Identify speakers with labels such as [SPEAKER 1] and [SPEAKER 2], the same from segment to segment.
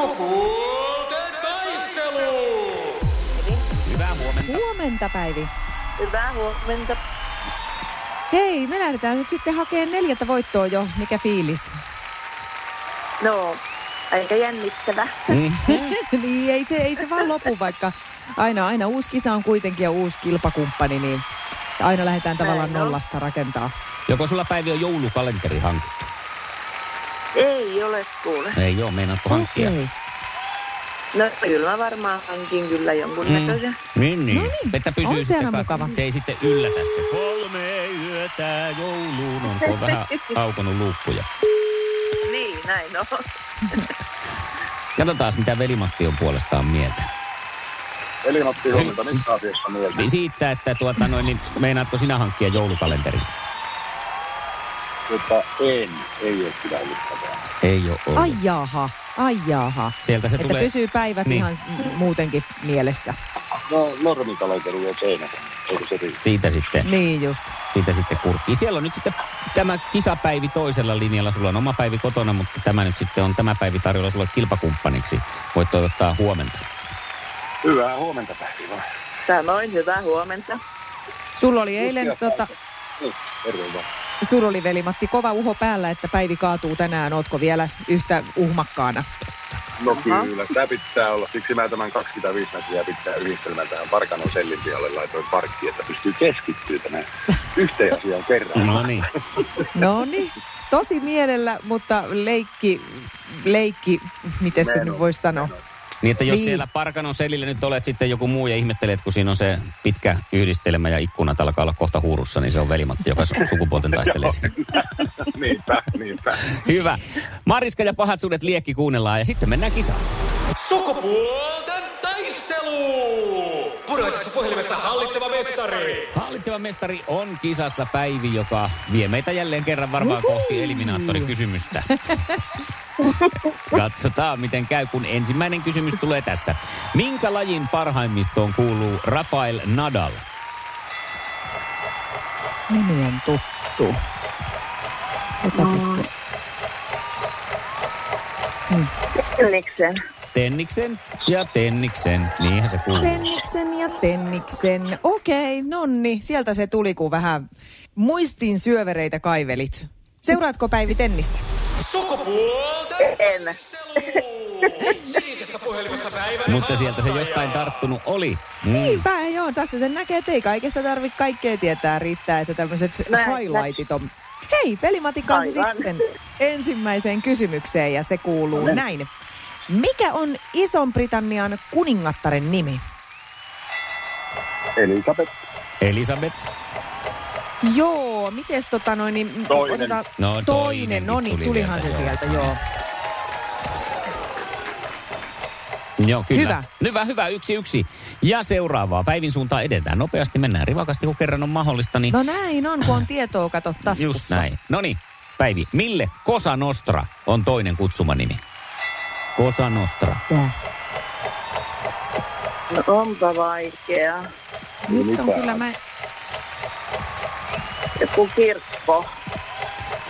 [SPEAKER 1] Sukupuolten taistelu!
[SPEAKER 2] Hyvää huomenta.
[SPEAKER 3] Huomenta, Päivi.
[SPEAKER 4] Hyvää huomenta.
[SPEAKER 3] Hei, me lähdetään nyt sitten hakemaan neljättä voittoa jo. Mikä fiilis?
[SPEAKER 4] No, aika jännittävä.
[SPEAKER 3] niin, ei se, ei se vaan lopu, vaikka aina, aina uusi kisa on kuitenkin ja uusi kilpakumppani, niin aina lähdetään tavallaan
[SPEAKER 4] Näin on.
[SPEAKER 3] nollasta rakentaa.
[SPEAKER 2] Joko sulla Päivi on joulukalenteri hankittu?
[SPEAKER 4] Ei ole kuule.
[SPEAKER 2] Ei joo, meinaatko hankkia?
[SPEAKER 3] Okei.
[SPEAKER 4] No, kyllä mä varmaan hankin kyllä jonkun näköisen.
[SPEAKER 2] Niin, niin.
[SPEAKER 3] No niin,
[SPEAKER 2] Että pysyy
[SPEAKER 3] on se
[SPEAKER 2] sitten
[SPEAKER 3] aina mukava.
[SPEAKER 2] Se ei sitten yllätä se. Kolme yötä jouluun on, kun on vähän aukonut luukkuja.
[SPEAKER 4] Niin, näin on.
[SPEAKER 2] Katsotaan, mitä velimatti on puolestaan mieltä.
[SPEAKER 5] Eli Matti huomenta, mistä asiassa mieltä?
[SPEAKER 2] Niin Siitä, että tuota noin, niin meinaatko sinä hankkia joulukalenteri?
[SPEAKER 5] Mutta en, ei ole kyllä ollut tätä.
[SPEAKER 2] Ei ole ollut.
[SPEAKER 3] Ai jaha, ai jaha.
[SPEAKER 2] Sieltä se
[SPEAKER 3] Että
[SPEAKER 2] tulee.
[SPEAKER 3] pysyy päivät
[SPEAKER 2] Niin.
[SPEAKER 3] niin. ihan m- muutenkin mielessä.
[SPEAKER 5] No, normikalenteri on seinä. Eikö se riitä?
[SPEAKER 2] Siitä sitten.
[SPEAKER 3] Niin just.
[SPEAKER 2] siitä sitten kurkkii. Siellä on nyt sitten tämä kisapäivi toisella linjalla. Sulla on oma päivi kotona, mutta tämä nyt sitten on tämä päivi tarjolla sulle kilpakumppaniksi. Voit toivottaa huomenta.
[SPEAKER 5] Hyvää huomenta päivää.
[SPEAKER 4] Samoin, hyvää huomenta.
[SPEAKER 3] Sulla oli eilen, tota,
[SPEAKER 5] Niin, terve vaan.
[SPEAKER 3] sulla oli velimatti kova uho päällä, että Päivi kaatuu tänään. Ootko vielä yhtä uhmakkaana?
[SPEAKER 5] No kyllä, tämä pitää olla. Siksi mä tämän 25 metriä pitää yhdistelmään tähän Parkanon sellin pihalle laitoin parkkiin, että pystyy keskittyä tänään yhteen asiaan kerran.
[SPEAKER 2] No niin.
[SPEAKER 3] No niin, tosi mielellä, mutta leikki, leikki, miten se
[SPEAKER 5] Meno,
[SPEAKER 3] nyt voisi sanoa?
[SPEAKER 2] Niin, että jos
[SPEAKER 3] Niin.
[SPEAKER 2] siellä Parkanon selillä nyt olet sitten joku muu ja ihmettelet, kun siinä on se pitkä yhdistelmä ja ikkunat alkaa olla kohta huurussa, niin se on velimatti, joka su- sukupuolten taistelee siinä.
[SPEAKER 5] niinpä, niinpä.
[SPEAKER 2] Hyvä. Mariska ja pahat suudet liekki kuunnellaan ja sitten mennään kisaan.
[SPEAKER 1] Sukupuolten taistelu! Puraisessa puhelimessa hallitseva mestari.
[SPEAKER 2] Hallitseva mestari on kisassa Päivi, joka vie meitä jälleen kerran varmaan kohti eliminaattorikysymystä. Katsotaan, miten käy, kun ensimmäinen kysymys tulee tässä. Minkä lajin parhaimmistoon kuuluu Rafael Nadal?
[SPEAKER 3] Nimi on tuttu. Ota no.
[SPEAKER 4] Illiksen.
[SPEAKER 2] Tenniksen ja Tenniksen. Niinhän se kuuluu.
[SPEAKER 3] Tenniksen ja Tenniksen. Okei, nonni. Sieltä se tuli, kun vähän muistin syövereitä kaivelit. Seuraatko Päivi Tennistä?
[SPEAKER 5] Mm.
[SPEAKER 1] Sukupuolten
[SPEAKER 4] En.
[SPEAKER 1] taistelu! Sinisessä puhelimessa päivän
[SPEAKER 2] Mutta sieltä se
[SPEAKER 1] haastaja.
[SPEAKER 2] jostain tarttunut oli. Mm.
[SPEAKER 3] Niinpä, joo. Tässä sen näkee, että ei kaikesta tarvitse kaikkea tietää. Riittää, että tämmöiset
[SPEAKER 4] Näin,
[SPEAKER 3] highlightit on. Hei, pelimatin kanssa
[SPEAKER 4] Aivan.
[SPEAKER 3] sitten ensimmäiseen kysymykseen ja se
[SPEAKER 5] No
[SPEAKER 3] kuuluu
[SPEAKER 5] niin.
[SPEAKER 3] näin. Mikä on Ison-Britannian kuningattaren nimi?
[SPEAKER 5] Elisabeth,
[SPEAKER 2] Elisabeth.
[SPEAKER 3] Joo, mites tota noin, niin m-
[SPEAKER 5] Toinen.
[SPEAKER 3] otetaan
[SPEAKER 2] No,
[SPEAKER 3] toinen,
[SPEAKER 2] toinenkin
[SPEAKER 3] no niin,
[SPEAKER 2] tuli
[SPEAKER 3] tulihan se
[SPEAKER 2] sieltä,
[SPEAKER 3] sieltä, joo.
[SPEAKER 2] Joo, kyllä.
[SPEAKER 3] Hyvä.
[SPEAKER 2] Hyvä, hyvä. Yksi, yksi. Ja seuraavaa. Päivin suuntaan edetään nopeasti. Mennään rivakasti, kun kerran on mahdollista. Niin
[SPEAKER 3] No näin on, kun on tietoa, kato taskussa.
[SPEAKER 2] Just näin. No niin, Päivi, mille Cosa Nostra on toinen kutsumanimi? Cosa Nostra.
[SPEAKER 3] Joo.
[SPEAKER 4] No, onpa vaikea.
[SPEAKER 3] Nyt
[SPEAKER 5] Mitä?
[SPEAKER 3] on kyllä mä...
[SPEAKER 4] Joku kirkko.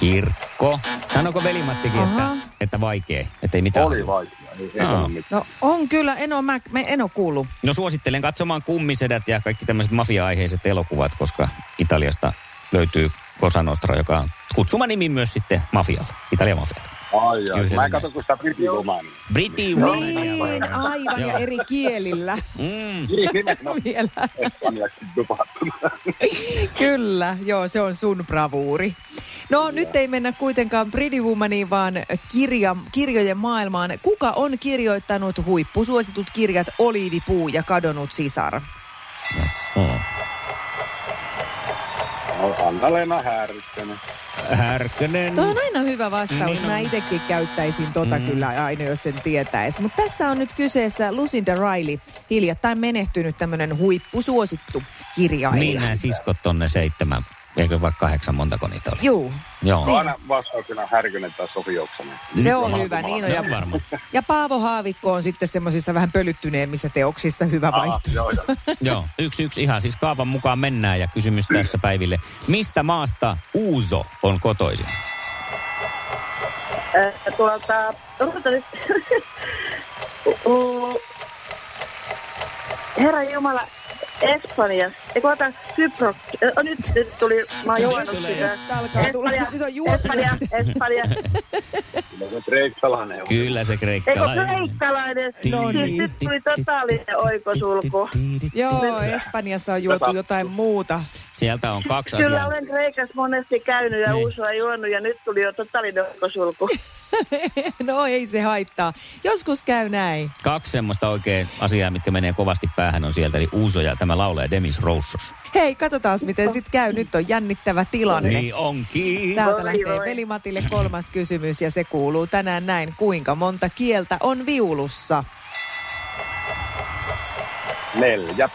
[SPEAKER 2] Kirkko. Sanoko velimattikin, että,
[SPEAKER 3] Aha.
[SPEAKER 2] että vaikea, että ei mitään.
[SPEAKER 5] oli vaikea. niin Ei, ei
[SPEAKER 2] Aa.
[SPEAKER 5] sano mitään.
[SPEAKER 3] No on kyllä, en oo, mä, mä en oo kuullut.
[SPEAKER 2] No suosittelen katsomaan kummisedät ja kaikki tämmöiset mafia-aiheiset elokuvat, koska Italiasta löytyy Cosa Nostra, joka on kutsumanimi myös sitten mafialle, Italian mafialle.
[SPEAKER 5] Ai, ai.
[SPEAKER 2] Yhdellä
[SPEAKER 5] Mä katson, kun sitä britiromaania.
[SPEAKER 2] Briti
[SPEAKER 3] Niin, aivan, ja
[SPEAKER 2] Joo.
[SPEAKER 3] eri kielillä
[SPEAKER 2] Mm,
[SPEAKER 5] Niin, nimenomaan
[SPEAKER 3] vielä.
[SPEAKER 5] espanjaksi dupattuna.
[SPEAKER 3] Kyllä, joo, se on sun bravuuri. No nyt ei mennä kuitenkaan Pretty Womaniin, vaan kirja, kirjojen maailmaan. Kuka on kirjoittanut huippusuositut kirjat Oliivipuu ja kadonnut sisar?
[SPEAKER 2] mm.
[SPEAKER 5] No, Anna-Leena
[SPEAKER 3] Niin.
[SPEAKER 5] Härryttänen.
[SPEAKER 2] Härkönen.
[SPEAKER 3] Tuo on aina hyvä vastaus.
[SPEAKER 2] Niin on.
[SPEAKER 3] Mä itsekin käyttäisin
[SPEAKER 2] Mm.
[SPEAKER 3] tota kyllä aina, jos sen tietäisi. Mutta tässä on nyt kyseessä Lucinda Riley, hiljattain menehtynyt tämmöinen huippusuosittu kirjailija.
[SPEAKER 2] Niin nämä siskot on ne seitsemän, eikö vaikka kahdeksan, montako niitä oli?
[SPEAKER 3] Juu,
[SPEAKER 2] Joo.
[SPEAKER 5] Aina vastauksena Härkönen tai Sofi Oksanen.
[SPEAKER 3] se
[SPEAKER 2] Jumala,
[SPEAKER 3] on hyvä. Niin on,
[SPEAKER 2] Ne on
[SPEAKER 3] ja,
[SPEAKER 2] varma.
[SPEAKER 3] ja Paavo Haavikko on sitten semmoisissa vähän pölyttyneemmissä teoksissa hyvä
[SPEAKER 5] Ah,
[SPEAKER 3] vaihtoehto.
[SPEAKER 5] joo, joo.
[SPEAKER 2] Joo, yksi yksi ihan. Siis kaavan mukaan mennään ja kysymys tässä päiville. Mistä maasta Uuso on kotoisin?
[SPEAKER 4] Äh, tuolta... Ruotalais- Uh, Herra Jumala, Espanja. Eikö ota Kypro? Ö, nyt, nyt tuli, mä oon juonut
[SPEAKER 2] tulee
[SPEAKER 4] sitä.
[SPEAKER 3] Alkaa tulla. Nyt on juotu jo
[SPEAKER 4] Espanja, Espanja.
[SPEAKER 5] Kyllä se kreikkalainen on.
[SPEAKER 2] Kyllä se
[SPEAKER 4] Eikö
[SPEAKER 2] kreikkalainen.
[SPEAKER 4] kreikkalainen?
[SPEAKER 3] No
[SPEAKER 4] Siis
[SPEAKER 3] niin.
[SPEAKER 4] nyt tuli totaalinen oikosulku.
[SPEAKER 3] Joo, Espanjassa on juotu
[SPEAKER 5] Tota-
[SPEAKER 3] jotain muuta.
[SPEAKER 2] Sieltä on kaksi
[SPEAKER 4] Kyllä
[SPEAKER 2] asiaa.
[SPEAKER 4] olen Kreikassa monesti käynyt ja
[SPEAKER 2] Niin.
[SPEAKER 4] uusua juonut ja nyt tuli jo totaalinen oikosulku.
[SPEAKER 3] No ei se haittaa. Joskus käy näin.
[SPEAKER 2] Kaksi semmoista oikein asiaa, mitkä menee kovasti päähän on sieltä, eli Uuso ja tämä laulaja Demis Roussos.
[SPEAKER 3] Hei, katsotaan miten sit käy. Nyt on jännittävä tilanne.
[SPEAKER 2] Niin onkin.
[SPEAKER 3] Täältä
[SPEAKER 4] Voi
[SPEAKER 3] lähtee
[SPEAKER 4] voi.
[SPEAKER 3] Velimatille kolmas kysymys ja se kuuluu tänään näin. Kuinka monta kieltä on viulussa?
[SPEAKER 5] Neljä.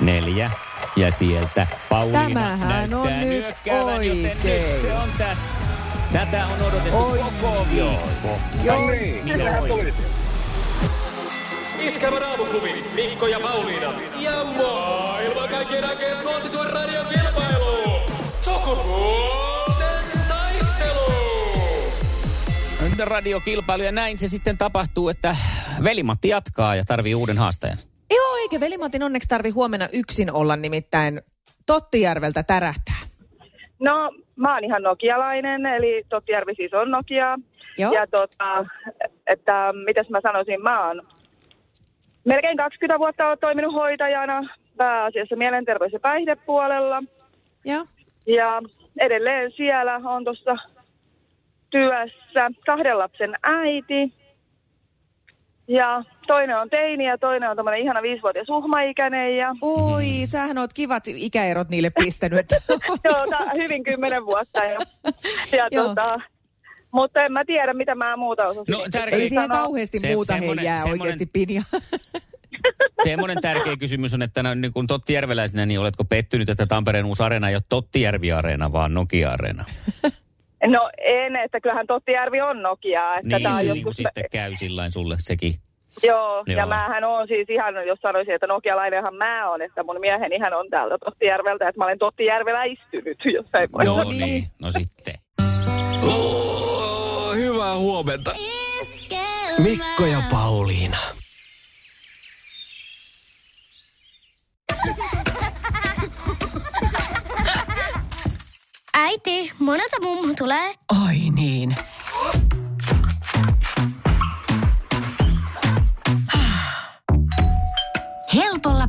[SPEAKER 2] Neljä. Ja sieltä Pauliina
[SPEAKER 3] Tämähän
[SPEAKER 2] näyttää
[SPEAKER 3] on nyt
[SPEAKER 2] nyökkäävän, joten nyt
[SPEAKER 3] oikein.
[SPEAKER 2] se on tässä. Tätä on odotettu koko viikko.
[SPEAKER 5] No
[SPEAKER 3] Joo.
[SPEAKER 5] Minä niin. tuli sieltä.
[SPEAKER 1] Iskävän aamuklubi, Mikko ja Pauliina. Ja maailman kaikkien aikeen suosituen radiokilpailu. Sukupuolten taistelu.
[SPEAKER 2] Radiokilpailu ja näin se sitten tapahtuu, että Velimatti jatkaa ja tarvii uuden haastajan.
[SPEAKER 3] Joo, eikä Velimatin onneksi tarvi huomenna yksin olla nimittäin Tottijärveltä tärähtää.
[SPEAKER 4] No, mä oon ihan nokialainen, eli Tottijärvi siis on Nokia.
[SPEAKER 3] Joo.
[SPEAKER 4] Ja tota, että mitäs mä sanoisin, mä oon melkein 20 vuotta oon toiminut hoitajana pääasiassa mielenterveys- ja päihdepuolella.
[SPEAKER 3] Joo.
[SPEAKER 4] Ja edelleen siellä on tuossa työssä kahden lapsen äiti. Ja toinen on teini ja toinen on tämmöinen ihana viisivuotias uhmaikäinen ja
[SPEAKER 3] Oi,
[SPEAKER 2] Hmm.
[SPEAKER 3] sähän oot kivat ikäerot niille pistänyt. että-
[SPEAKER 4] Joo, tää hyvin kymmenen vuotta jo. Ja
[SPEAKER 3] Joo.
[SPEAKER 4] tota, mutta en mä tiedä, mitä mä muuta osasin.
[SPEAKER 2] No, tärkein-
[SPEAKER 3] Ei siihen
[SPEAKER 4] Sanoa-
[SPEAKER 3] kauheasti
[SPEAKER 2] Se-
[SPEAKER 3] muuta hei
[SPEAKER 2] semmonen-
[SPEAKER 3] jää
[SPEAKER 2] semmonen-
[SPEAKER 3] oikeasti pinja.
[SPEAKER 2] Semmoinen tärkeä kysymys on, että no, niin kun Tottijärveläisenä, niin oletko pettynyt, että Tampereen uusi areena ei ole Tottijärvi-areena, vaan Nokia-areena?
[SPEAKER 4] No en, että kyllähän Tottijärvi on Nokia. Että
[SPEAKER 2] niin,
[SPEAKER 4] tää on
[SPEAKER 2] niin,
[SPEAKER 4] joskus...
[SPEAKER 2] sitten käy sillain sulle sekin.
[SPEAKER 4] Joo,
[SPEAKER 2] Joo.
[SPEAKER 4] ja mähän on siis ihan, jos sanoisin, että nokialainenhan mä on, että mun mieheni ihan on täältä Tottijärveltä, että mä olen Tottijärveläistynyt, jos ei voi.
[SPEAKER 2] No,
[SPEAKER 3] No
[SPEAKER 2] niin.
[SPEAKER 3] niin.
[SPEAKER 2] niin, no sitten.
[SPEAKER 1] Hyvää huomenta. Mikko ja Pauliina.
[SPEAKER 6] Äiti, monelta mummu tulee?
[SPEAKER 7] Ai niin. Helpolla